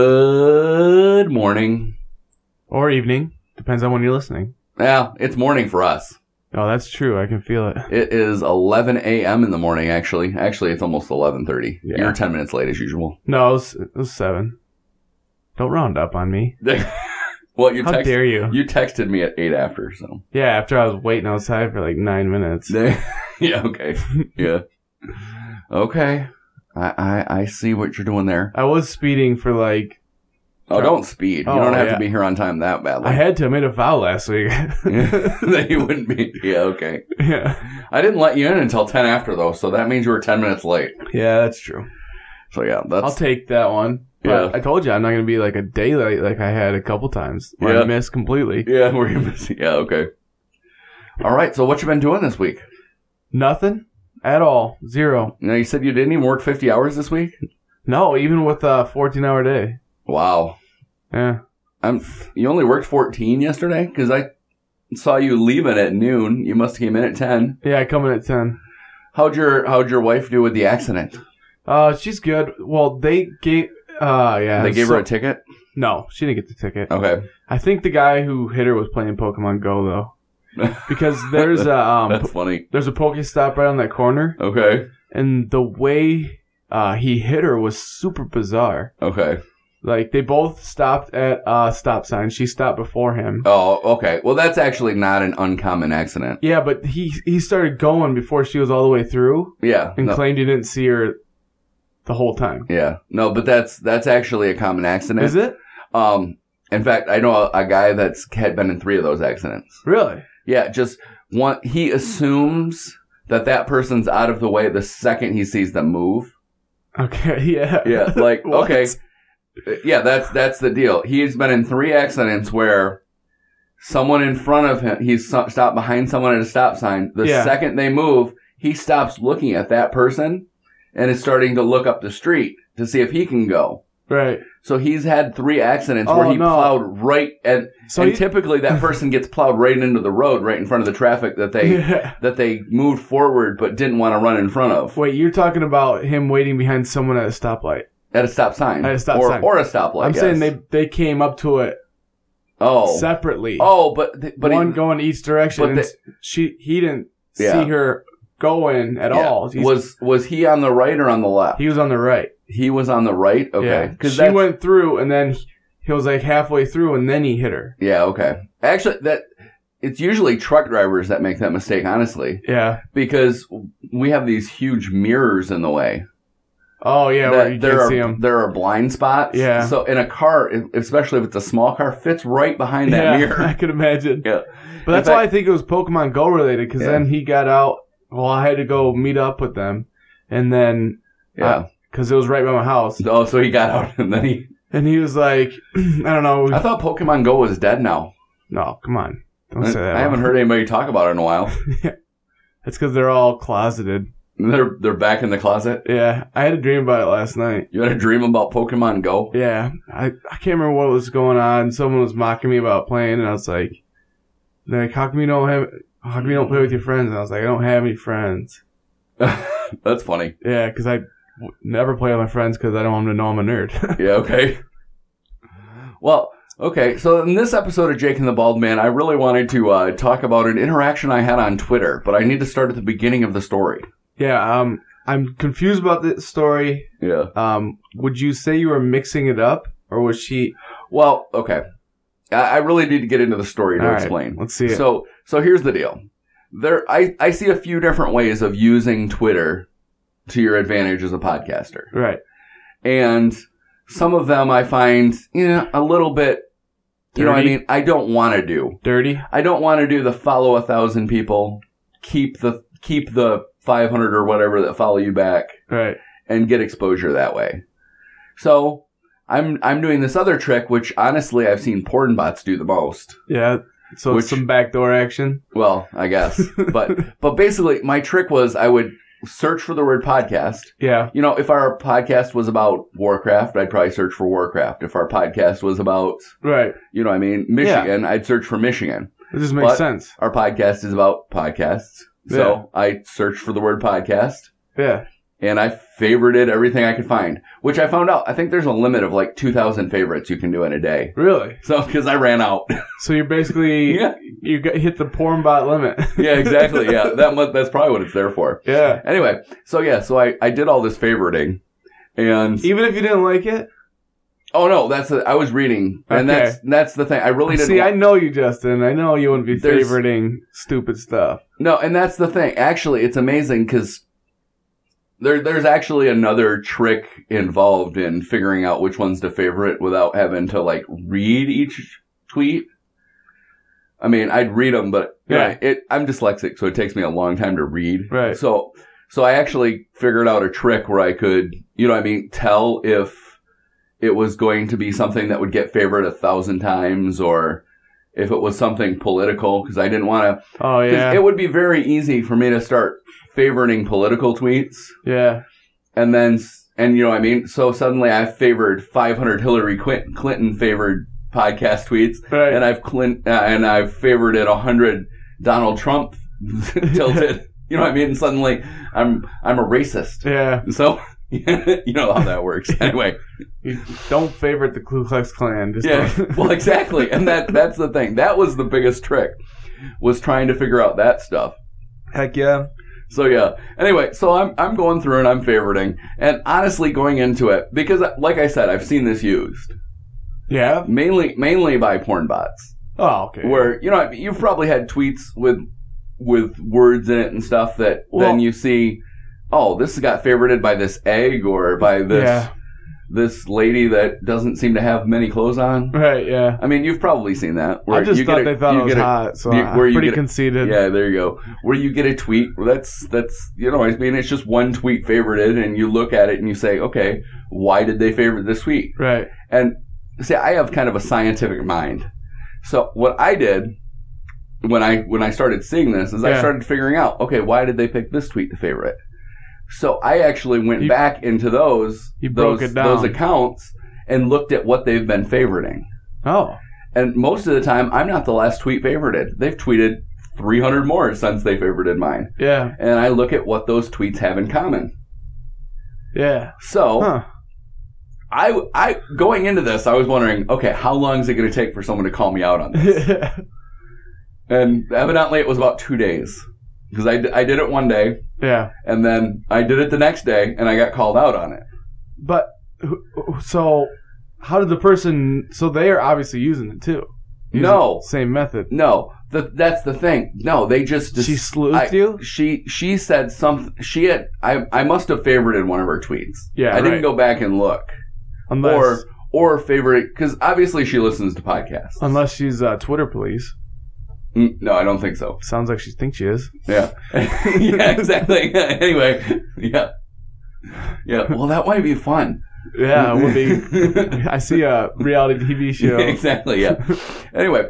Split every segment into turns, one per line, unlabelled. Good morning.
or evening. Depends on when you're listening.
Yeah, it's morning for us.
Oh, that's true. I can feel it.
It is 11 a.m. in the morning. Actually, actually, it's almost 11:30.
Yeah.
You're 10 minutes late as usual.
No, it was, it was seven. Don't round up on me.
well, you
How
text-
dare you?
you texted me at eight after. So
Yeah, after I was waiting outside for like nine minutes.
yeah, okay, yeah, okay. I, I I see what you're doing there.
I was speeding for like.
Oh, don't speed. You
Oh,
don't have to
yeah.
be here on time that badly.
I had to. I made a foul last week.
then you wouldn't be. Yeah, okay.
yeah.
I didn't let you in until 10 after though, so that means you were 10 minutes late.
Yeah, that's true.
So yeah, that's
I'll take that one. But
Yeah.
I told you I'm not going to be like a day late like I had a couple times where
Yeah.
I missed completely.
Yeah, we're gonna miss Yeah, okay. All right. So what you been doing this week?
Nothing at all. Zero.
Now you said you didn't even work fifty hours this week.
No, even with a 14 hour day.
Wow.
Yeah.
I'm. You only worked fourteen yesterday because I saw you leaving at noon. You must have came in at ten.
Yeah, coming at 10.
How'd your How'd your wife do with the accident?
Uh, she's good. Well, they gave. Uh, yeah.
they gave
so-
her a ticket.
no, she didn't get the ticket.
Okay.
I think the guy who hit her was playing Pokemon Go though, because there's a um,
That's funny.
there's a Pokestop right on that corner,
Okay.
and the way uh he hit her was super bizarre.
Okay.
Like they both stopped at a stop sign. She stopped before him.
Oh, okay. Well, that's actually not an uncommon accident.
Yeah, but he he started going before she was all the way through,
Yeah.
and
no-
claimed he didn't see her the whole time.
yeah. No, but that's that's actually a common accident.
Is it
Um. In fact, I know a, a guy that's had been in three of those accidents.
really?
Yeah, just one. He assumes that that person's out of the way the second he sees them move.
Okay. Yeah.
Yeah, like
What?
okay, yeah, that's that's the deal. He's been in three accidents where someone in front of him, he's so- stopped behind someone at a stop sign. The
Yeah.
second they move, he stops looking at that person and is starting to look up the street to see if he can go.
Right.
So he's had three accidents
Oh,
where he
no.
plowed right and,
So
and
he-
typically that person gets plowed right into the road, right in front of the traffic that they
Yeah.
that they moved forward but didn't want to run in front of
Wait, you're talking about him waiting behind someone at a stoplight.
at a stop sign,
At a stop
or,
sign.
or a stoplight.
I'm
yes.
saying they they came up to it
oh
separately.
oh, but th- but
one
it
going each direction.
but
and
the-
s- she he didn't
Yeah.
see her going at
yeah.
all. He's-
was was he on the right or on the left?
he was on the right.
He was on the right. Okay,
because she
that's-
went through and then he, he was like halfway through and then he hit her.
yeah, okay. Actually, that it's usually truck drivers that make that mistake, honestly,
Yeah.
because we have these huge mirrors in the way.
Oh yeah, where
that
you
there
can
are
see him.
there are blind spots.
Yeah.
So in a car, if- especially if it's a small car, fits right behind that
yeah, Uh, I
mirror.
could imagine.
Yeah. In
But that's why I think it was Pokemon Go related because
Yeah.
then he got out. Well, I had to go meet up with them, and then
Yeah.
because it was right by my house,
oh, so he got out and then he
and he was like, I don't know.
I thought Pokemon Go was dead now.
No, come on. Don't
I,
say that.
I haven't heard anybody talk about it in a while.
It's because they're all closeted.
they're they're back in the closet.
Yeah, I had a dream about it last night.
You had a dream about Pokemon Go?
Yeah, I, I can't remember what was going on. Someone was mocking me about playing, and I was like, they're like, how come you don't have, how come you don't play with your friends? And I was like, I don't have any friends.
That's funny.
Yeah, because I w- never play with my friends because I don't want them to know I'm a nerd.
Yeah, okay. Well, okay. So in this episode of Jake and the Bald Man, I really wanted to uh, talk about an interaction I had on Twitter, but I need to start at the beginning of the story.
yeah, um, I'm confused about this story.
Yeah.
Um, would you say you were mixing it up, or was she?
Well, okay. I, I really need to get into the story to
All right,
explain.
let's see it.
So so here's the deal. There I, I see a few different ways of using Twitter to your advantage as a podcaster.
right,
And some of them I find, you know, a little bit you know what I
Dirty?
mean? I don't want to do.
dirty.
I don't want to do the follow a thousand people, keep the keep the five hundred or whatever that follow you back
Right.
and get exposure that way. So I'm I'm doing this other trick, which honestly I've seen porn bots do the most.
Yeah. So
Which-
it's some backdoor action.
Well, I guess. but but basically my trick was I would search for the word podcast.
Yeah.
You know, if our podcast was about Warcraft, I'd probably search for Warcraft. If our podcast was about,
Right.
you know, what I mean,
Yeah.
Michigan, I'd search for Michigan.
It just makes
But-
sense.
Our podcast is about podcasts. So I searched for the word podcast
Yeah.
and I favorited everything I could find, which I found out. I think there's a limit of like 2,000 favorites you can do in a day.
Really?
So, because I ran out.
So you're basically
yeah,
you got hit the porn bot limit.
yeah, exactly. Yeah, that month, that's probably what it's there for.
yeah.
Anyway, so yeah, so I, I did all this favoriting. And
Even if you didn't like it.
oh no, that's the- I was reading, and
Okay.
that's that's the thing. I really didn't.
See, I know you, Justin. I know you wouldn't be
There's-
favoriting stupid stuff.
No, and that's the thing. Actually, it's amazing because there, there's actually another trick involved in figuring out which ones to favorite without having to like read each tweet. I mean, I'd read them, but
Yeah.
yeah, it, I'm dyslexic, so it takes me a long time to read.
Right.
So, so I actually figured out a trick where I could, you know, what I mean, tell if it was going to be something that would get favorite a thousand times or if it was something political because I didn't want to
Oh
'Cause
yeah.
It would be very easy for me to start favoriting political tweets
yeah.
and then, s- and you know what I mean? So suddenly I've favored 500 Hillary Quin- Clinton favored podcast tweets
Right.
and I've Clint, uh, and I've favored it 100 Donald Trump tilted. You know what I mean? And suddenly I'm, I'm a racist.
yeah.
So. you know how that works. Anyway,
You don't favorite the Ku Klux Klan. Just
yeah,
don't-
well, exactly, and that—that's the thing. That was the biggest trick, was trying to figure out that stuff.
Heck yeah.
So yeah. Anyway, so I'm I'm going through and I'm favoriting, and honestly going into it because, like I said, I've seen this used
Yeah.
mainly mainly by porn bots,
Oh okay.
where you know you've probably had tweets with with words in it and stuff that
Well-
then you see, oh, this got favorited by this egg or by this
Yeah.
this lady that doesn't seem to have many clothes on.
Right. Yeah.
I mean, you've probably seen that.
I just thought
a-
they thought
you
I was
get a-
hot, so
you-
I'm
where you
pretty
get a-
conceited.
Yeah, there you go. Where you get a tweet. That's that's you know, I mean, it's just one tweet favorited, and you look at it and you say, okay, why did they favorite this tweet?
Right.
And see, I have kind of a scientific mind, so what I did when I when I started seeing this is I
Yeah.
started figuring out, okay, why did they pick this tweet to favorite? So I actually went
You-
back into those
you
those
broke it
those
down.
accounts and looked at what they've been favoriting.
Oh.
And most of the time, I'm not the last tweet favorited. They've tweeted 300 more since they favorited mine.
Yeah.
And I look at what those tweets have in common.
Yeah.
So
Huh.
I, I, going into this, I was wondering, okay, how long is it going to take for someone to call me out on this? and evidently, it was about two days because I, d- I did it one day
yeah.
and then I did it the next day and I got called out on it.
But who- who- so how did the person? So they are obviously using it too. Using
No.
the Same method.
No, th- that's the thing. No, they just,
she
just
sleuthed
I-
you.
she she said something. She had I I must have favorited one of her tweets.
Yeah.
I didn't
right.
go back and look
unless
or or favorite because obviously she listens to podcasts.
unless she's uh, Twitter police.
Mm, no, I don't think so.
Sounds like she thinks she is.
Yeah, yeah, exactly. anyway, yeah, yeah. Well, that might be fun.
Yeah. It would be. I see a reality TV show.
exactly. Yeah. anyway,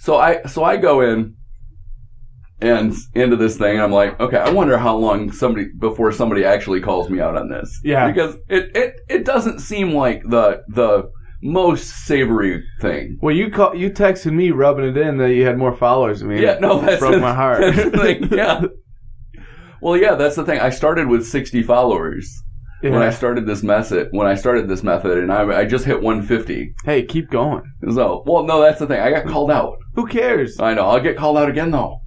so I so I go in and into this thing, and I'm like, okay, I wonder how long somebody before somebody actually calls me out on this.
Yeah.
because it it it doesn't seem like the the most savory thing.
Well, you call you texted me rubbing it in that you had more followers than me.
Yeah, no, that's
broke my heart.
that's the thing. Yeah. Well, yeah, that's the thing. I started with 60 followers
Yeah.
when I started this method. When I started this method, and I, I just hit 150.
hey, keep going.
So, well, no, that's the thing. I got called out.
Who cares?
I know. I'll get called out again though.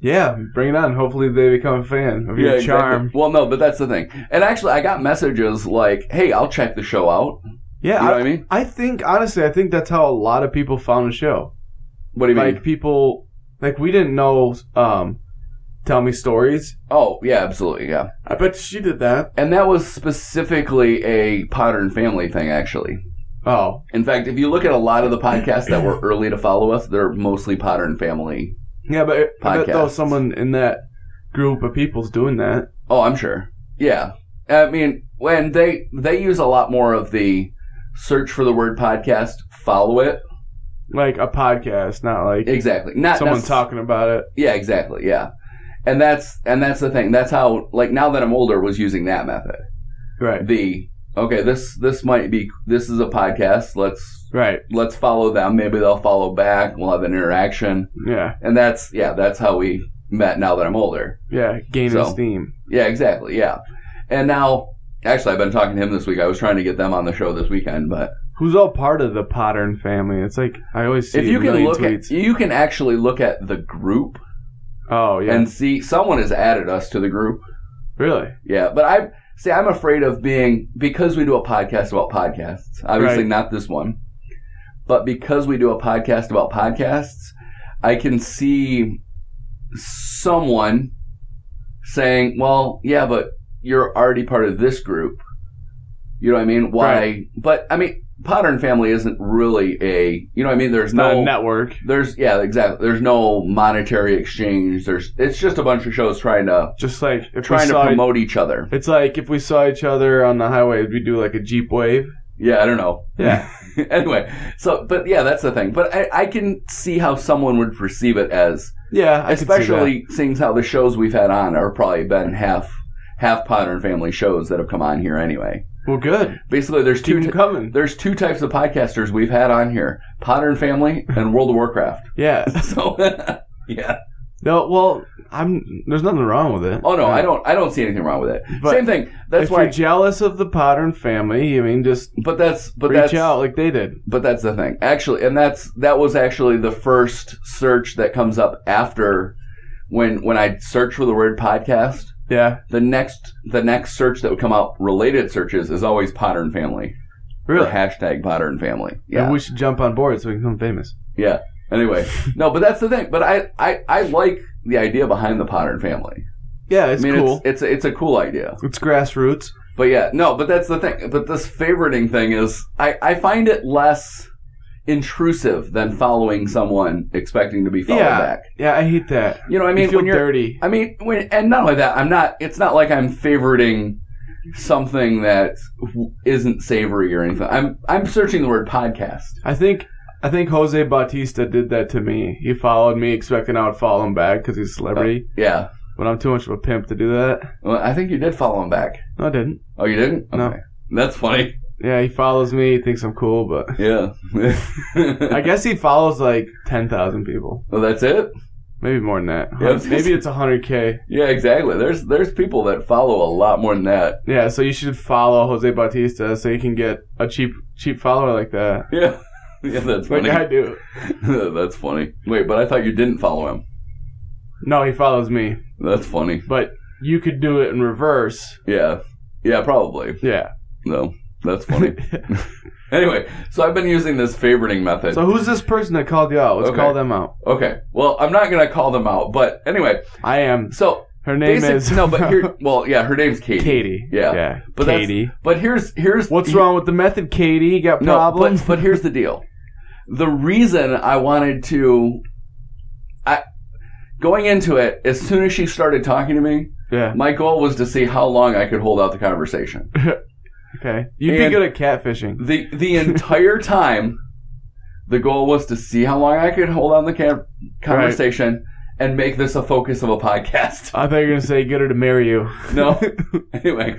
Yeah, bring it on. Hopefully they become a fan of your
exactly.
charm.
Well, no, but that's the thing. And actually, I got messages like, "Hey, I'll check the show out."
Yeah,
You know
I,
what I mean?
I think honestly, I think that's how a lot of people found the show.
What do you
Like
mean?
people, like we didn't know. Um, tell me stories.
Oh, yeah, absolutely, yeah.
I bet she did that.
And that was specifically a Potter and Family thing, actually.
Oh,
In fact, if you look at a lot of the podcasts that were early to follow us, they're mostly Potter and Family.
yeah, but I bet though
Podcasts.
someone in that group of people's doing that.
Oh, I'm sure. Yeah, I mean, when they they use a lot more of the search for the word podcast, follow it
Like a podcast, not like
exactly. Not
someone
necess-
talking about it.
Yeah, exactly. Yeah, and that's and that's the thing. That's how like now that I'm older, was using that method.
Right,
The okay, this this might be this is a podcast. Let's
right,
let's follow them. Maybe they'll follow back. We'll have an interaction,
yeah,
and that's yeah, that's how we met. Now that I'm older.
yeah. Gaining
So.
steam.
Yeah, exactly. Yeah. And now, actually, I've been talking to him this week. I was trying to get them on the show this weekend, but
Who's all part of the Pottern family? It's like I always see
if you
a
can
million
look
tweets.
at, you can actually look at the group
oh yeah,
and see someone has added us to the group.
really?
Yeah, but I see. I'm afraid of being because we do a podcast about podcasts. Obviously,
Right.
not this one, but because we do a podcast about podcasts, I can see someone saying, "Well, yeah, but you're already part of this group." You know what I mean? Why?
Right.
But I mean, Potter and Family isn't really a. You know what I mean? There's
It's not
no
a network,
there's yeah exactly. There's no monetary exchange. There's it's just a bunch of shows trying to
just like if we
trying to
saw-
promote each other.
It's like if we saw each other on the highway, we do like a jeep wave.
Yeah, I don't know.
Yeah.
anyway, so but yeah, that's the thing. But I, I can see how someone would perceive it as,
Yeah, I could see that.
especially seeing how the shows we've had on are probably been half half Potter and Family shows that have come on here anyway.
well, good.
Basically, there's
Keep
two
'em
t-
coming.
there's two types of podcasters we've had on here: Potter and Family and World of Warcraft.
Yeah.
So yeah.
No, well, I'm. There's nothing wrong with it.
Oh no,
Uh,
I don't I don't see anything wrong with it.
But
Same thing. That's
if
why.
you're jealous of the Potter family, I mean, just
but that's but
reach
that's
out like they did.
But that's the thing, actually, and that's that was actually the first search that comes up after when when I search for the word podcast.
Yeah,
The next the next search that would come up related searches is always Potter and Family. or
really.
hashtag Potter and Family.
Maybe
Yeah.
we should jump on board so we can become famous.
yeah. Anyway, no, but that's the thing. But I I, I like the idea behind the Potter and Family.
Yeah, it's
I mean,
cool.
it's it's
It's,
a, it's a cool idea.
grassroots.
But yeah, no, but that's the thing. But this favoriting thing is, I, I find it less intrusive than following someone expecting to be followed
Yeah.
back.
Yeah, I hate that.
You know, what I
you
mean,
feel
when you're,
dirty.
I mean, when, and not only that, I'm not. It's not like I'm favoriting something that w- isn't savory or anything. I'm I'm searching the word podcast.
I think I think Jose Bautista did that to me. He followed me expecting I would follow him back because he's a celebrity,
Yeah,
but I'm too much of a pimp to do that.
well, I think you did follow him back.
No, I didn't.
Oh, you didn't?
No.
that's funny.
Yeah, he follows me. He thinks I'm cool, but
Yeah,
I guess he follows like ten thousand people,
well, that's it.
maybe more than that.
Yeah, I was gonna
maybe it's hundred k.
Yeah, exactly. There's there's people that follow a lot more than that.
Yeah, so you should follow Jose Bautista so you can get a cheap cheap follower like that.
Yeah, yeah, that's
Like
funny.
I do.
that's funny. Wait, but I thought you didn't follow him.
No, he follows me,
That's funny.
but you could do it in reverse.
Yeah, yeah, probably.
Yeah.
No, that's funny. anyway, so I've been using this favoriting method.
so who's this person that called you out? Let's
Okay.
call them out.
okay, well, I'm not gonna call them out, but anyway,
I am.
so
Her name
basic-
is
no, but here, well, yeah, her name's Katie.
Katie.
Yeah.
Yeah.
But that's-
Katie.
But here's here's
What's wrong with the method, Katie? You got
No,
problems?
but but here's the deal. The reason I wanted to, I going into it as soon as she started talking to me,
yeah.
my goal was to see how long I could hold out the conversation.
Okay. You'd be
And-
good at catfishing.
the the entire time the goal was to see how long i could hold on the cam- conversation and make this a focus of a podcast
I thought you were gonna say get her to marry you.
no anyway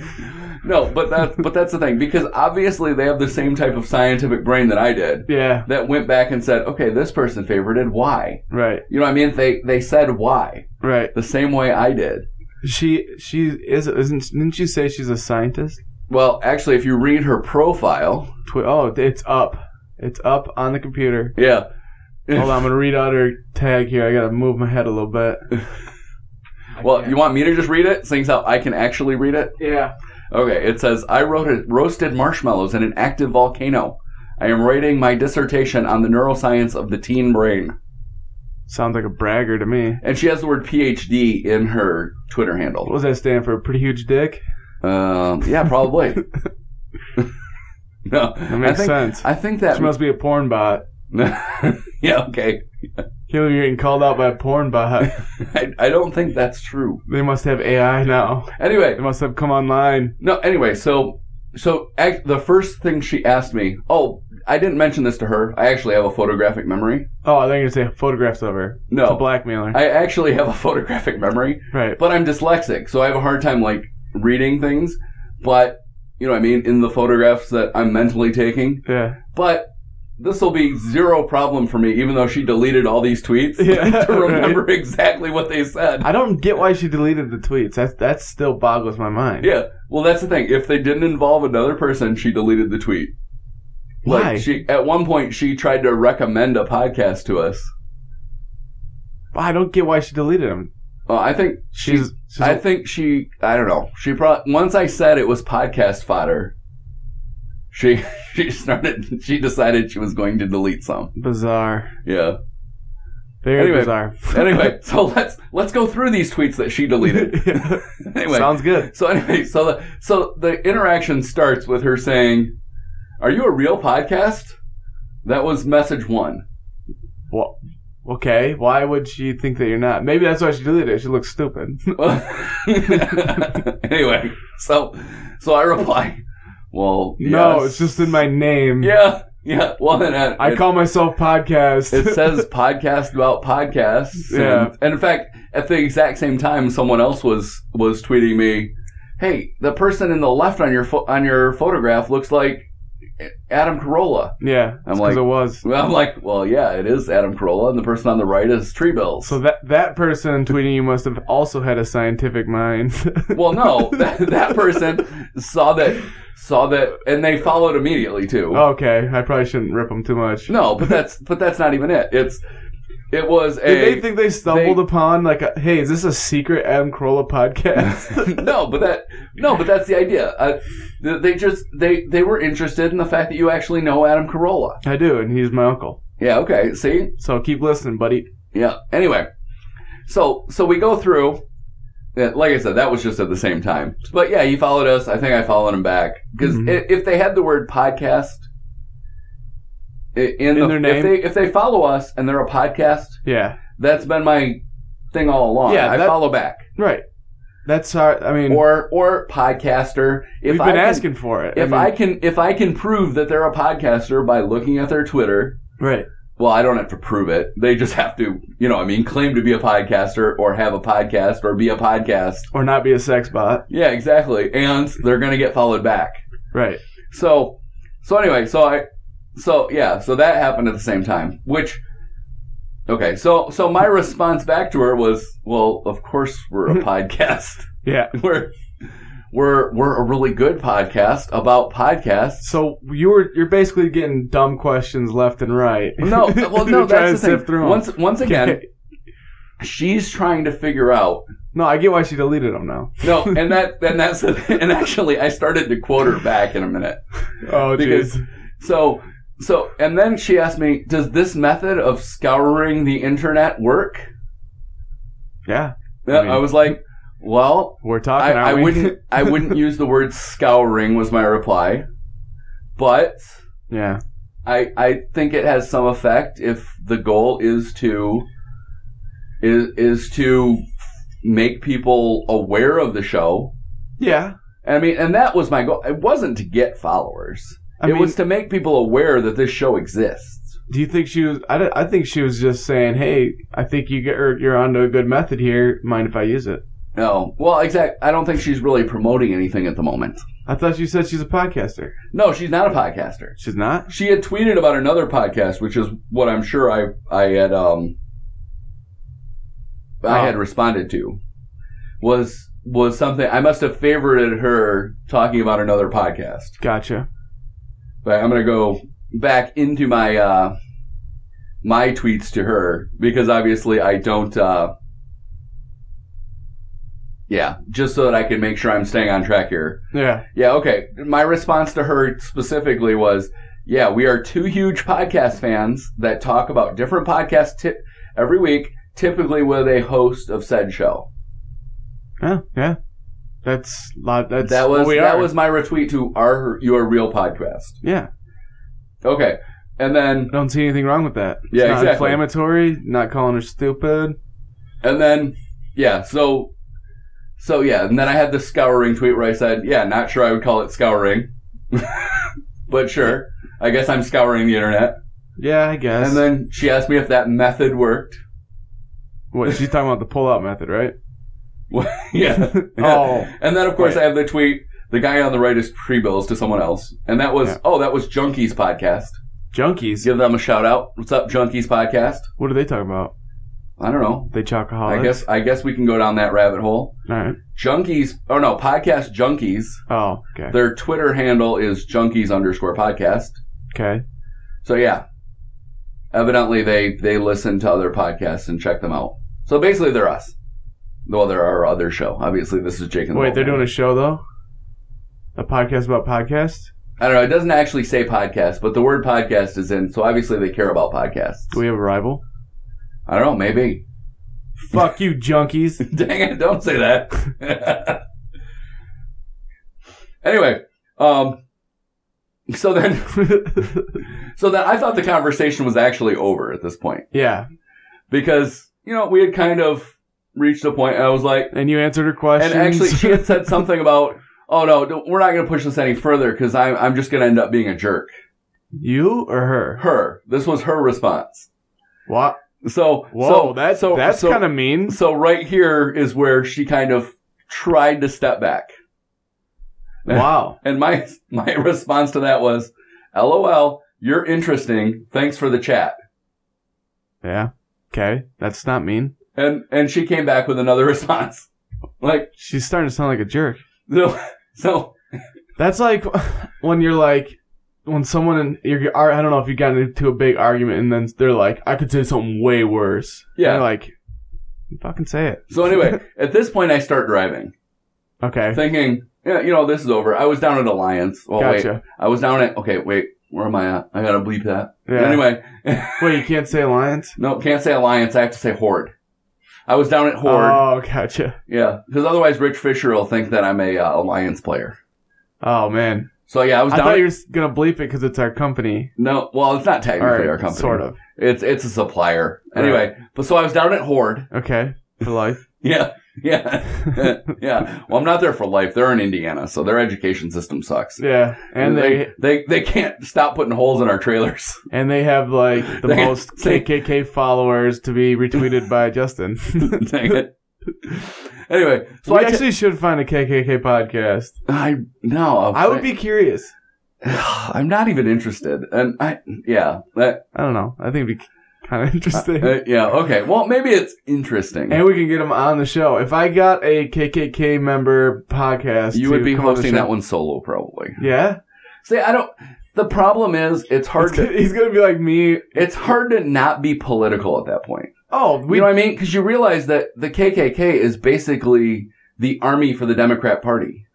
no but that but that's the thing because obviously they have the same type of scientific brain that i did
Yeah.
that went back and said okay this person favorited why
Right.
you know what i mean they they said why
Right.
the same way i did
She she is isn't didn't you say she's a scientist?
well actually if you read her profile
Twi- oh, it's up. It's up on the computer.
yeah
Hold on, I'm gonna read out her tag here. I gotta move my head a little bit.
well you want me to just read it seeing how i can actually read it
Yeah.
Okay, it says I wrote it, roasted marshmallows in an active volcano. I am writing my dissertation on the neuroscience of the teen brain.
Sounds like a bragger to me.
And she has the word PhD in her Twitter
What
handle.
does that stand for? Pretty huge dick?
Um, yeah, probably. no,
That makes
I think,
sense.
I think that.
She must be a porn bot.
yeah, okay.
Can't believe you're getting called out by a porn bot.
I, I don't think that's true.
they must have AI now.
Anyway,
They must have come online.
No, anyway, so so ac- the first thing she asked me, oh, I didn't mention this to her. I actually have a photographic memory.
Oh, I thought you were gonna say photographs of her. It's a
No,
blackmailer.
I actually have a photographic memory,
right.
but I'm dyslexic, so I have a hard time like reading things. But you know what I mean in the photographs that I'm mentally taking.
Yeah.
But this will be zero problem for me, even though she deleted all these tweets
Yeah,
to remember exactly what they said.
I don't get why she deleted the tweets. That that still boggles my mind.
Yeah. Well, that's the thing. If they didn't involve another person, she deleted the tweet. Like
Why?
she at one point she tried to recommend a podcast to us.
I don't get why she deleted them.
Well, I think
She's, she's
I think she I don't know. She brought once I said it was podcast fodder. She she started she decided she was going to delete some.
bizarre.
Yeah.
Very
Anyway.
bizarre.
Anyway, so let's let's go through these tweets that she deleted.
Yeah.
anyway,
Sounds good.
So anyway, so the, so the interaction starts with her saying, "Are you a real podcast?" That was message one.
Well, okay. Why would she think that you're not? Maybe that's why she deleted it. She looks stupid.
Well, anyway, so so I reply, "Well,
No,
yes."
it's just in my name.
yeah, yeah." Well, and uh,
I
it,
call myself podcast.
it says podcast about podcasts. and-
Yeah.
and in fact, at the exact same time, someone else was was tweeting me, "Hey, the person in the left on your pho- on your photograph looks like Adam Carolla."
yeah,
I'm
because
like-
it was.
Well, I'm like, well, yeah, it is Adam Carolla, and the person on the right is Tree Bills.
So that that person tweeting you must have also had a scientific mind.
well, no, that, that person saw that, saw that, and they followed immediately too.
okay, I probably shouldn't rip them too much.
No, but that's but that's not even it. It's it was
Did they
a
think they stumbled
they-
upon like, a, hey, is this a secret Adam Carolla podcast?
no, but that no, but that's the idea. Uh, th- they just they they were interested in the fact that you actually know Adam Carolla.
I do, and he's my uncle.
Yeah. Okay. See.
So keep listening, buddy.
Yeah. Anyway, so so we go through. yeah, Like I said, that was just at the same time. But yeah, he followed us. I think I followed him back because
Mhm.
if they had the word podcast i- in,
In
the,
their
if
name?
they if they follow us and they're a podcast,
Yeah,
that's been my thing all along.
Yeah,
I
that-
follow back
right. That's our. I mean,
or or podcaster. If
we've been
I can,
asking for it.
if
mean,
I can if I can prove that they're a podcaster by looking at their Twitter,
right,
well, I don't have to prove it. They just have to, you know, I mean, claim to be a podcaster or have a podcast or be a podcast.
or not be a sex bot.
Yeah, exactly. And they're going to get followed back.
Right.
So, so anyway, so I, so yeah, so that happened at the same time, which, okay, so, so my response back to her was, well, of course we're a podcast.
Yeah.
We're, we're, we're a really good podcast about podcasts.
So you were you're basically getting dumb questions left and right.
No, well, no,
You're trying to
that's the
sift
thing.
through 'em.
Once, once again,
Okay.
she's trying to figure out
No, I get why she deleted them now.
No, and that and that's and actually I started to quote her back in a minute.
Oh,
Because- So so and then she asked me, "Does this method of scouring the internet work?"
Yeah,
I,
I mean-
was like, "Well,
we're
I,
talking.
I
aren't we?
wouldn't I wouldn't use the word scouring was my reply, but
Yeah.
I I think it has some effect if the goal is to is is to make people aware of the show
Yeah.
I mean, and that was my goal. It wasn't to get followers.
I
it
mean,
was to make people aware that this show exists.
do you think she was? I, don't- I think she was just saying, "Hey, I think you get, or you're onto a good method here. Mind if I use it?"
No, well, exact. I don't think she's really promoting anything at the moment.
I thought you said she's a podcaster.
No, she's not a podcaster.
She's not.
She had tweeted about another podcast, which is what I'm sure I I had um I
Oh.
had responded to was was something I must have favorited her talking about another podcast.
Gotcha.
But I'm gonna go back into my uh, my tweets to her because obviously I don't. Uh, yeah, just so that I can make sure I'm staying on track here.
Yeah.
Yeah, okay. My response to her specifically was, "Yeah, we are two huge podcast fans that talk about different podcasts ti- every week, typically with a host of said show."
Yeah. Oh, Yeah. That's lot. That's
that was
what we
that
are.
was my retweet to our your real podcast.
Yeah.
Okay, and then
I don't see anything wrong with that. It's
Yeah,
not
exactly.
inflammatory. Not calling her stupid.
And then, yeah, so, so yeah, and then I had the scouring tweet where I said, yeah, not sure I would call it scouring, but sure, I guess I'm scouring the internet.
Yeah, I guess.
And then she asked me if that method worked.
What she's talking about the pull-out method, right?
yeah.
Oh,
And then, of course,
Wait.
I have the tweet. The guy on the right is pre bills to someone else. And that was,
Yeah.
oh, that was Junkie's podcast.
Junkies.
Give them a shout out. What's up, Junkies Podcast?
What are they talking about?
I don't know.
They chocoholics.
I guess I guess we can go down that rabbit hole.
All right.
Junkies, oh no, podcast Junkies.
Oh, okay.
Their Twitter handle is Junkies underscore podcast.
okay.
So yeah, evidently they they listen to other podcasts and check them out. So basically, they're us. Well, they're our other show. Obviously, this is Jake and.
Wait, they're doing a show though. A podcast about podcasts.
I don't know. It doesn't actually say podcast, but the word podcast is in. So obviously, they care about podcasts.
Do we have a rival?
I don't know. Maybe.
Fuck you, junkies.
Dang it! Don't say that. anyway, um, so then, so then I thought the conversation was actually over at this point
yeah,
because you know we had kind of reached a point. I was like,
and you answered her questions.
and actually she had said something about oh no don't- we're not going to push this any further because I'm, I'm just going to end up being a jerk
you or her?
her this was her response
What?
so
Whoa,
so,
that's
so
that's
so,
kind of mean.
so right here is where she kind of tried to step back
Wow.
and my my response to that was lol you're interesting thanks for the chat
Yeah. Okay, that's not mean.
and and she came back with another response like
She's starting to sound like a jerk.
no so
That's like when you're like when someone in, you're I don't know if you got into a big argument and then they're like I could say something way worse.
Yeah.
And you're like fucking say it.
so anyway at this point i start driving
Okay.
thinking, yeah, you know, this is over. I was down at Alliance. Well, Oh, wait,
Gotcha.
I was down at. Okay, wait, where am I at? I gotta bleep that.
Yeah.
Anyway,
Wait, you can't say alliance.
no, can't say Alliance. I have to say Horde. I was down at Horde.
Oh, gotcha.
yeah, because otherwise Rich Fisher will think that I'm a uh, Alliance player.
Oh man,
So yeah, I
I
was down.
thought
at-
you were s- gonna bleep it because it's our company.
no, well, it's not
All
technically
right,
our company.
sort of.
It's it's a supplier.
Right.
Anyway, but so I was down at Horde.
Okay, for life.
Yeah. Yeah. yeah. Well, I'm not there for life. They're in Indiana, so their education system sucks.
yeah, and they
they they can't stop putting holes in our trailers.
and they have like the
They-
most KKK followers to be retweeted by Justin.
Dang it. Anyway, so
we
I actually,
actually should find a KKK podcast.
I no, I'll
I would
say-
be curious.
I'm not even interested, and I yeah, that,
I don't know. I think it'd be kind of interesting.
uh, yeah, okay. Well, maybe it's interesting.
and we can get them on the show. If I got a KKK member podcast,
you
to
would be
come on the
hosting
show-
that one solo, probably.
Yeah,
See, I don't. The problem is, it's hard
It's
to
gonna- he's gonna be like me.
it's hard to not be political at that point.
Oh, we
you know what I mean? Because you realize that the KKK is basically the army for the Democrat Party.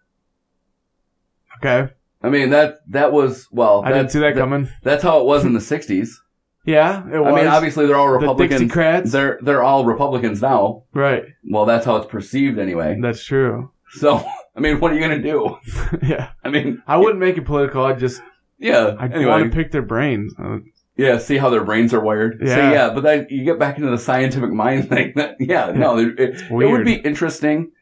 okay.
I mean that that was well.
I didn't
that's-
see that coming.
That's how it was in the '60s.
Yeah, it was.
I mean, obviously they're all
the
Republicans.
Dixiecrats.
They're they're all Republicans now.
right.
Well, that's how it's perceived anyway.
That's true.
So, I mean, what are you gonna do?
yeah,
I mean,
I wouldn't make it political. I just
yeah.
I
anyway,
want to pick their brains. Uh,
yeah. See how their brains are wired. Yeah.
Yeah.
yeah, but then you get back into the scientific mind thing. That yeah, no, it, it, it would
weird.
be interesting.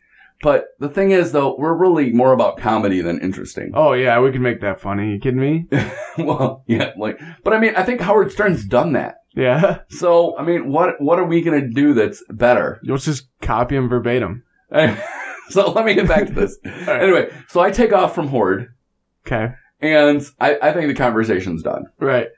But the thing is, though, we're really more about comedy than interesting.
Oh yeah, we can make that funny. You kidding me?
well, yeah, like, but I mean, I think Howard Stern's done that.
Yeah,
So, I mean, what what are we gonna do that's better?
let's just copy them verbatim.
so let me get back to this.
right.
Anyway, so I take off from Horde,
Okay.
and I, I think the conversation's done.
Right.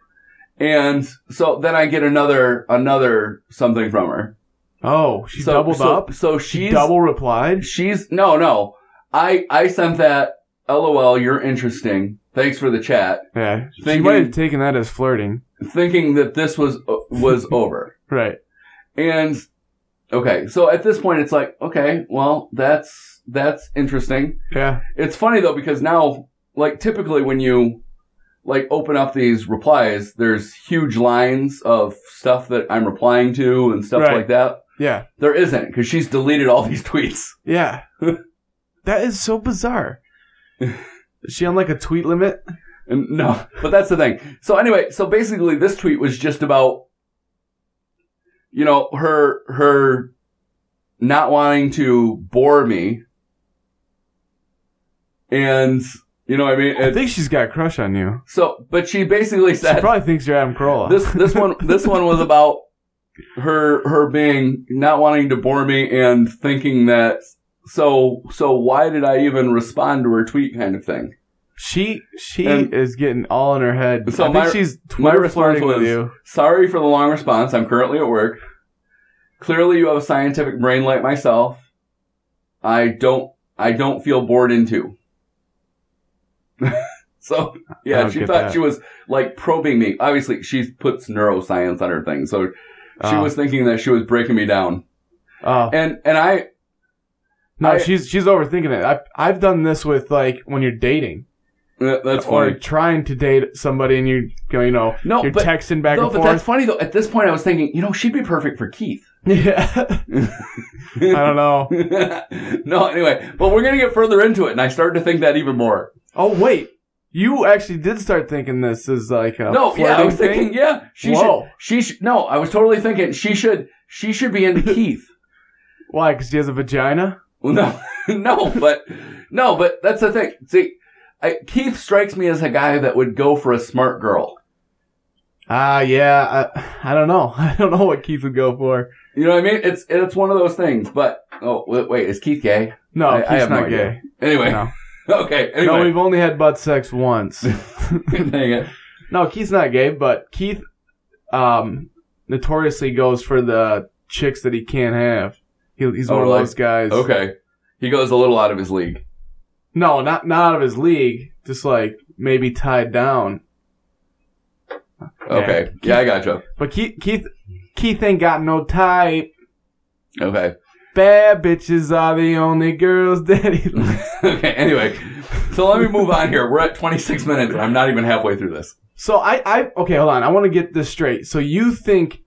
And so then I get another another something from her.
Oh, she
so,
doubled
so,
up.
So
She
she's
double replied.
she's no no. I I sent that. LOL, you're interesting. Thanks for the chat.
Yeah, she
Thinking-
might have taken that as flirting.
Thinking that this was uh, was over.
Right.
And okay, so at this point it's like okay, well that's that's interesting.
Yeah.
It's funny though because now, like typically when you like open up these replies, there's huge lines of stuff that I'm replying to and stuff
Right.
like that.
Yeah.
There isn't because she's deleted all these tweets.
Yeah. that is so bizarre. Is she on like a tweet limit?
And no, but that's the thing. So anyway, so basically this tweet was just about, you know, her her not wanting to bore me, and you know what I mean.
I
And
think she's got a crush on you.
so, but she basically
She
said.
probably thinks you're Adam Carolla.
this this one this one was about her her being not wanting to bore me and thinking that so so why did I even respond to her tweet kind of thing.
She she
And-
is getting all in her head.
So
I think
my-
she's
my
Twitter
response
flirting with
was-
you.
Sorry for the long response. I'm currently at work. Clearly, you have a scientific brain like myself. I don't. I don't feel bored into. so
I
yeah,
don't
she
get
thought
that.
she was like probing me. Obviously, she puts neuroscience on her thing, so she
Oh.
was thinking that she was breaking me down.
Oh
And and I
no,
I-
she's she's overthinking it. I I've done this with like when you're dating
uh, that's
or
funny.
trying to date somebody and you go you know
No,
you're
but
texting back
no,
and
but that's
forth.
funny though. At this point, I was thinking, you know, she'd be perfect for Keith.
Yeah, I don't know.
no, anyway, but we're gonna get further into it, and I start to think that even more.
Oh wait, you actually did start thinking this is like a
no, yeah, I
flirting
was thinking,
thing?
yeah, she
Whoa.
should, she should, no, I was totally thinking she should, she should be into Keith.
Why? Because she has a vagina.
Well, no, no, but no, but that's the thing. See, I, Keith strikes me as a guy that would go for a smart girl.
Ah, yeah. I, I don't know. I don't know what Keith would go for.
You know what I mean? It's it's one of those things. But oh wait, wait is Keith gay?
No,
I- I
Keith's
have no
not
idea.
gay.
Anyway,
No.
okay,
No,
anyway,
we've only had butt sex once.
dang it.
no, Keith's not gay, but Keith um, notoriously goes for the chicks that he can't have. He, he's
Oh,
one
like-
of those guys.
Okay, he goes a little out of his league.
No, not not out of his league. Just like maybe tied down.
Okay, yeah, I gotcha.
But Keith Keith Keith ain't got no type.
Okay.
Bad bitches are the only girls that he.
okay, anyway. So let me move on here. We're at 26 minutes and I'm not even halfway through this.
So I, I okay, hold on. I want to get this straight. So you think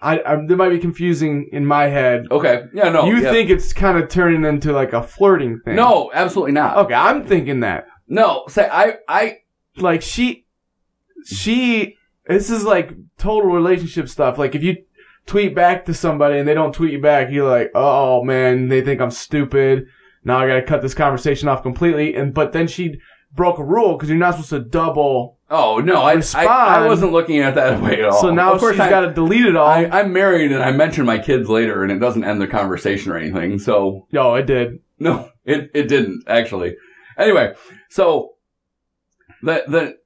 I, I that might be confusing in my head.
Okay. Yeah, no.
you
yeah.
think it's kind of turning into like a flirting thing? Oh.
No, absolutely not.
Okay, I'm thinking that
No, say I I
like she, she. This is like total relationship stuff. Like if you tweet back to somebody and they don't tweet you back, you're like, oh man, they think I'm stupid. Now I gotta cut this conversation off completely. And but then she broke a rule because you're not supposed to double.
Oh, no. I I,
Respond.
I wasn't looking at it that way at all.
So now
of
she's
course I,
got to delete it all.
I, I'm married and I mention my kids later and it doesn't end the conversation or anything. So
no, it did.
no, it it didn't actually. Anyway, so the the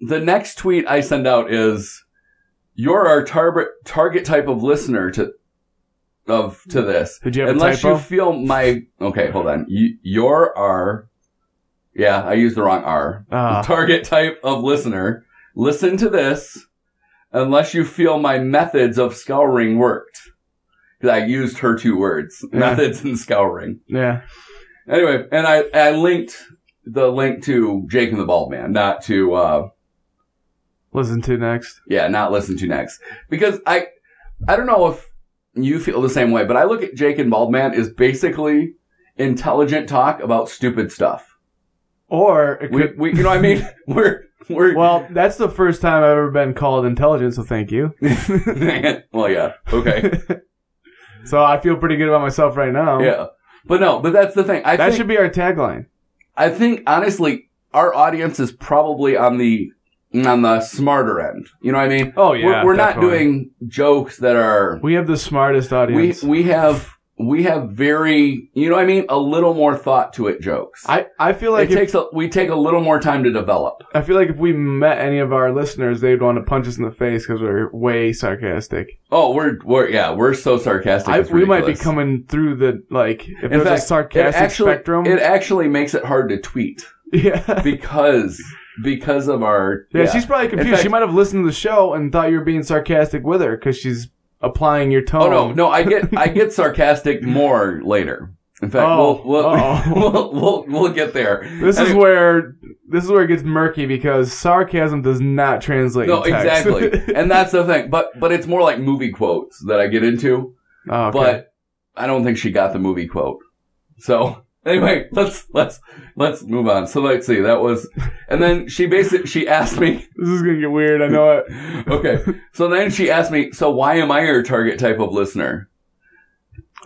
the next tweet I send out is you're our target target type of listener to of to this.
Did you have
Unless
a typo?
you feel my okay, hold on. You, your R, yeah, I used the wrong R.
Ah.
Target type of listener. Listen to this, unless you feel my methods of scouring worked. 'Cause I used her two words,
Yeah.
methods and scouring.
Yeah.
Anyway, and I I linked the link to Jake and the Bald Man, not to uh,
Listen to next.
Yeah, not listen to next. Because I I don't know if you feel the same way, but I look at Jake and Baldman as basically intelligent talk about stupid stuff.
Or it
We,
could.
we you know what I mean? We're we're
well, that's the first time I've ever been called intelligent, so thank you.
well yeah. Okay.
So I feel pretty good about myself right now.
Yeah. But no, but that's the thing. I
Um, that
think,
should be our tagline.
I think honestly our audience is probably on the on the smarter end. You know what I mean?
Oh
we're we're not doing jokes that are
We have the smartest
we
audience.
we have we have very you know what I mean a little more thought to it jokes.
I, I feel like
it
if,
takes a, we take a little more time to develop.
I feel like if we met any of our listeners, they'd want to punch us in the face because we're way sarcastic.
Oh, we're we're yeah we're so sarcastic.
I,
it's
we might be
ridiculous.
coming through the like if
In
there's
fact,
a
It
sarcastic
actually
spectrum.
it actually makes it hard to tweet
yeah.
because because of our
Yeah, she's probably confused.
fact-
she might have listened to the show and thought you were being sarcastic with her because she's applying your tone.
oh no no I get I get sarcastic more later. In fact,
Oh,
we'll,
uh-oh.
we'll, we'll we'll we'll get there.
This is
Anyway,
where this is where it gets murky because sarcasm does not translate.
no
in text.
exactly, and that's the thing. But but it's more like movie quotes that I get into.
oh, okay.
but I don't think she got the movie quote. So anyway, let's let's let's move on. So let's see. That was, and then she basically she asked me.
this is gonna get weird. I know it.
Okay, so then she asked me. So why am I your target type of listener?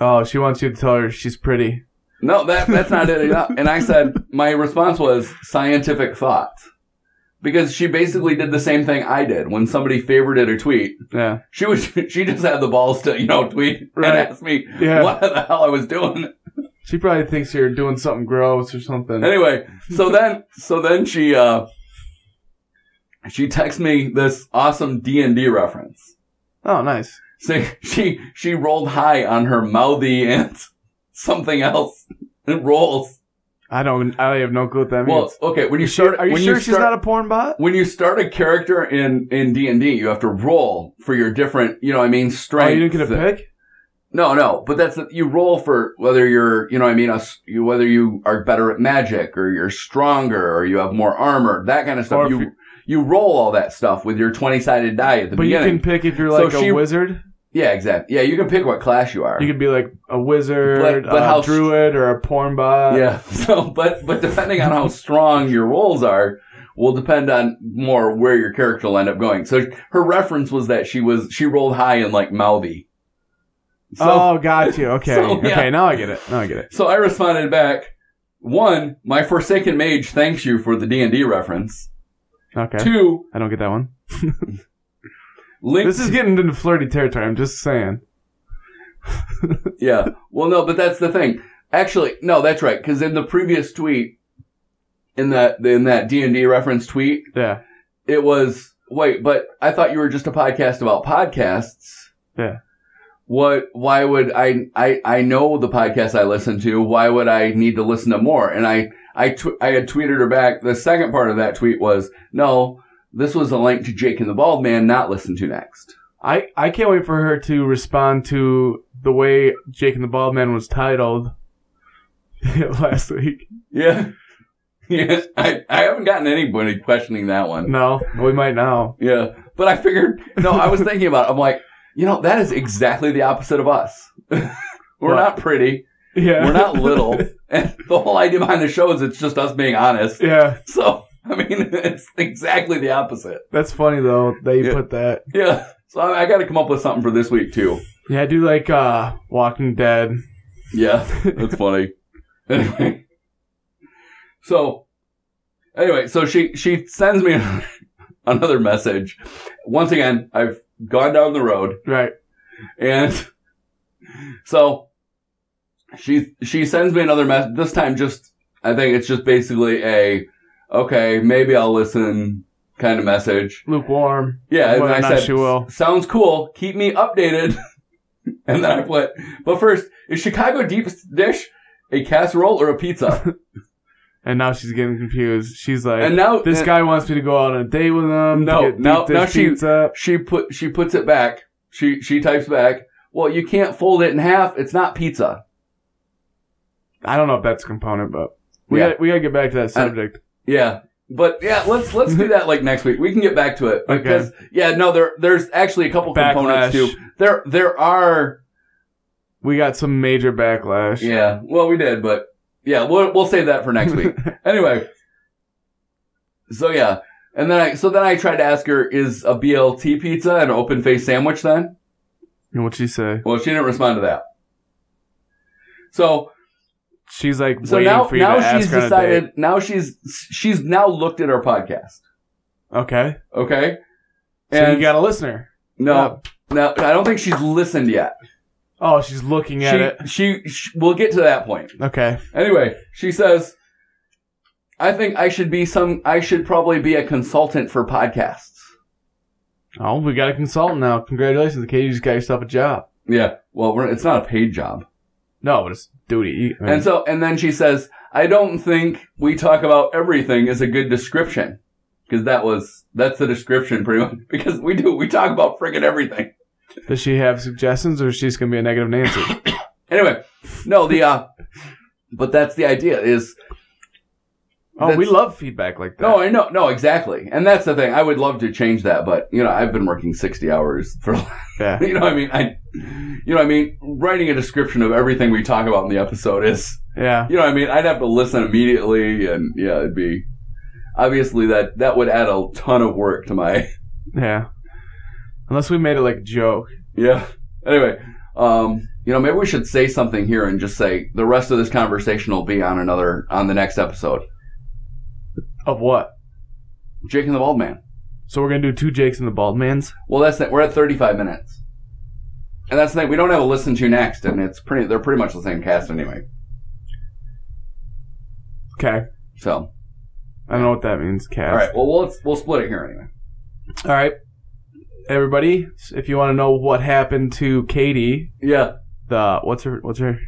Oh, she wants you to tell her she's pretty.
No, that that's not it. at all. And I said my response was scientific thought, because she basically did the same thing I did when somebody favorited a tweet.
Yeah.
She was she just had the balls to you know tweet
Right.
and ask me
Yeah.
what the hell I was doing.
She probably thinks you're doing something gross or something.
Anyway, so then so then she uh she texts me this awesome D and D reference.
Oh, nice.
So she she rolled high on her mouthy and something else. It rolls.
I don't. I have no clue what that
Well,
means.
okay. When you
Is she-
start,
are you
when
sure she's
start-
not a porn bot?
when you start a character in in D and D, you have to roll for your different, you know, what I mean,
Oh,
strength.
you didn't get a pick.
No, no, but that's you roll for whether you're, you know, what I mean, a s you, whether you are better at magic or you're stronger or you have more armor, that kind of
Or
stuff.
if
You
you-
you, roll all that stuff with your twenty sided die at the
But you
beginning.
can pick if you're
So
like a
she-
wizard.
yeah, exactly. Yeah, you can pick what class you are.
You could be like a wizard,
But- but
a
how-
druid, or a porn bot.
yeah. So, but but depending on how strong your rolls are, will depend on more where your character will end up going. So her reference was that she was she rolled high in like Malvi. So
oh, got you. Okay.
So, yeah.
Okay. Now I get it. Now I get it.
so I responded back. One, my Forsaken Mage thanks you for the D and D reference.
Okay.
Two,
I don't get that one.
link.
This is getting into flirty territory. I'm just saying.
yeah. Well, no, but that's the thing. Actually, no, that's right. Because in the previous tweet, in that in that D and D reference tweet,
Yeah.
it was wait, but I thought you were just a podcast about podcasts.
Yeah.
What? Why would I? I I know the podcast I listen to. Why would I need to listen to more? And I I tw- I had tweeted her back. The second part of that tweet was no. This was a link to Jake and the Bald Man. Not listen to next.
I I can't wait for her to respond to the way Jake and the Bald Man was titled last week.
Yeah. Yeah, I, I haven't gotten anybody questioning that one.
No, we might now.
Yeah. But I figured, no, I was thinking about it. I'm like, you know, that is exactly the opposite of us. We're
What?
not pretty.
Yeah.
We're not little. and the whole idea behind the show is it's just us being honest.
Yeah,
So, I mean, it's exactly the opposite.
that's funny though that you
Yeah.
put that.
Yeah. So I, I got to come up with something for this week, too.
Yeah, I do like uh Walking Dead.
Yeah. That's funny. Anyway. So, anyway, so she, she sends me another message. Once again, I've gone down the road
Right.
and so she, she sends me another message. This time just I think it's just basically a okay, maybe I'll listen kind of message.
Lukewarm.
Yeah, and
Whether or
I
not
said
she will.
sounds cool. Keep me updated. and then I put, but first, is Chicago deep dish a casserole or a pizza?
And now she's getting confused. She's like
and now
this
and
guy wants me to go out on a date with him.
No,
to get
now-
deep dish
now she-
pizza.
she put she puts it back. She she types back. Well, you can't fold it in half. It's not pizza.
I don't know if that's a component, but we
Yeah.
got we gotta get back to that subject.
Yeah. But yeah, let's let's do that like next week. We can get back to it
Okay.
because yeah, no, there there's actually a couple components
Backlash.
too. There there are
We got some major backlash.
Yeah. Well, we did, but yeah, we'll we'll save that for next week. anyway. So yeah, and then I so then I tried to ask her is a BLT pizza an open face sandwich then?
And what'd she say?
Well, she didn't respond to that. So
She's like
so
waiting
now
for you to
now
ask
she's
her on a date.
decided now she's she's now looked at our podcast.
Okay.
Okay.
So
And
you got a listener.
no, no, I don't think she's listened yet.
Oh, she's looking at it.
she, she she we'll get to that point.
Okay.
Anyway, she says, I think I should be some, I should probably be a consultant for podcasts.
Oh, we got a consultant now. Congratulations, Katie. You just got yourself a job.
Yeah. Well, we're, it's not a paid job.
No, but it's duty. I mean,
And so, and then she says, I don't think we talk about everything is a good description. Cause that was, that's the description pretty much. Because we do, we talk about friggin' everything.
Does she have suggestions or she's going to be a negative Nancy?
Anyway, no, the, uh, but that's the idea is,
oh, we
That's-
love feedback like that.
no, I know, no, exactly. And that's the thing. I would love to change that, but you know, I've been working 60 hours for
yeah.
you know what I mean? I, you know what I mean? Writing a description of everything we talk about in the episode is,
Yeah.
you know what I mean? I'd have to listen immediately and yeah, it'd be, obviously that, that would add a ton of work to my,
Yeah. Unless we made it like a joke.
yeah. Anyway, um, you know, maybe we should say something here and just say the rest of this conversation will be on another, on the next episode.
Of what?
Jake and the Bald Man.
So we're going to do two Jakes and the Bald Mans?
Well, that's it. We're at 35 minutes. And that's the thing. We don't have a listen to next and it's pretty, they're pretty much the same cast anyway.
Okay.
So,
I don't know what that means, Cass.
all right. Well, we'll we'll split it here anyway.
All right. Everybody, if you want to know what happened to Katie,
Yeah.
the what's her what's her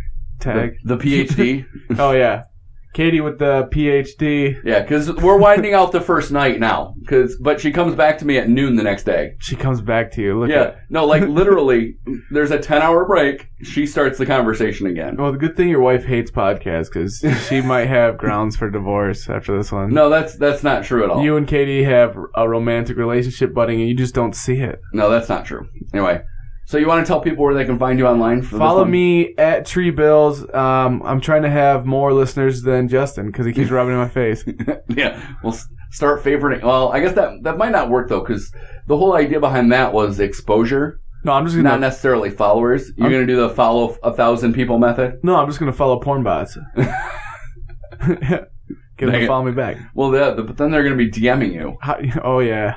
tag?
The, the PhD.
oh yeah. Katie with the PhD.
yeah, because we're winding out the first night now. Cause, but she comes back to me at noon the next day.
She comes back to you. Look
yeah.
at
No, like literally, there's a 10 hour break. She starts the conversation again.
well, the good thing your wife hates podcasts because she might have grounds for divorce after this one.
No, that's that's not true at all.
You and Katie have a romantic relationship budding, and you just don't see it.
no, that's not true. Anyway, so you want to tell people where they can find you online? For this
Follow
one?
me at Tree Bills. Um, I'm trying to have more listeners than Justin because he keeps rubbing in my face.
yeah, we'll s- start favoriting. Well, I guess that that might not work though, because the whole idea behind that was exposure,
No, I'm just
not
gonna
necessarily followers. You're
I'm-
gonna do the follow a thousand people method.
no, I'm just gonna follow porn bots. Get them
Dang
to
it.
follow me back.
Well, the, the, but then they're gonna be DMing you
How, oh yeah.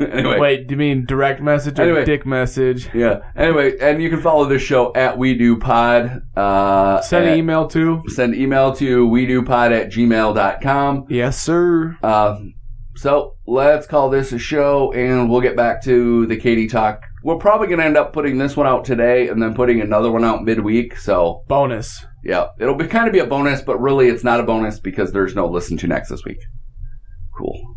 anyway.
Wait, do you mean direct message or
Anyway.
dick message?
Yeah. Anyway, and you can follow this show at We Do Pod. Uh,
Send
at-
an email to.
Send email to we do pod at gmail.com.
Yes, sir.
Uh, so let's call this a show and we'll get back to the Katie talk. We're probably going to end up putting this one out today and then putting another one out midweek. So,
Bonus.
yeah, it'll be kind of be a bonus, but really it's not a bonus because there's no listen to next this week. Cool.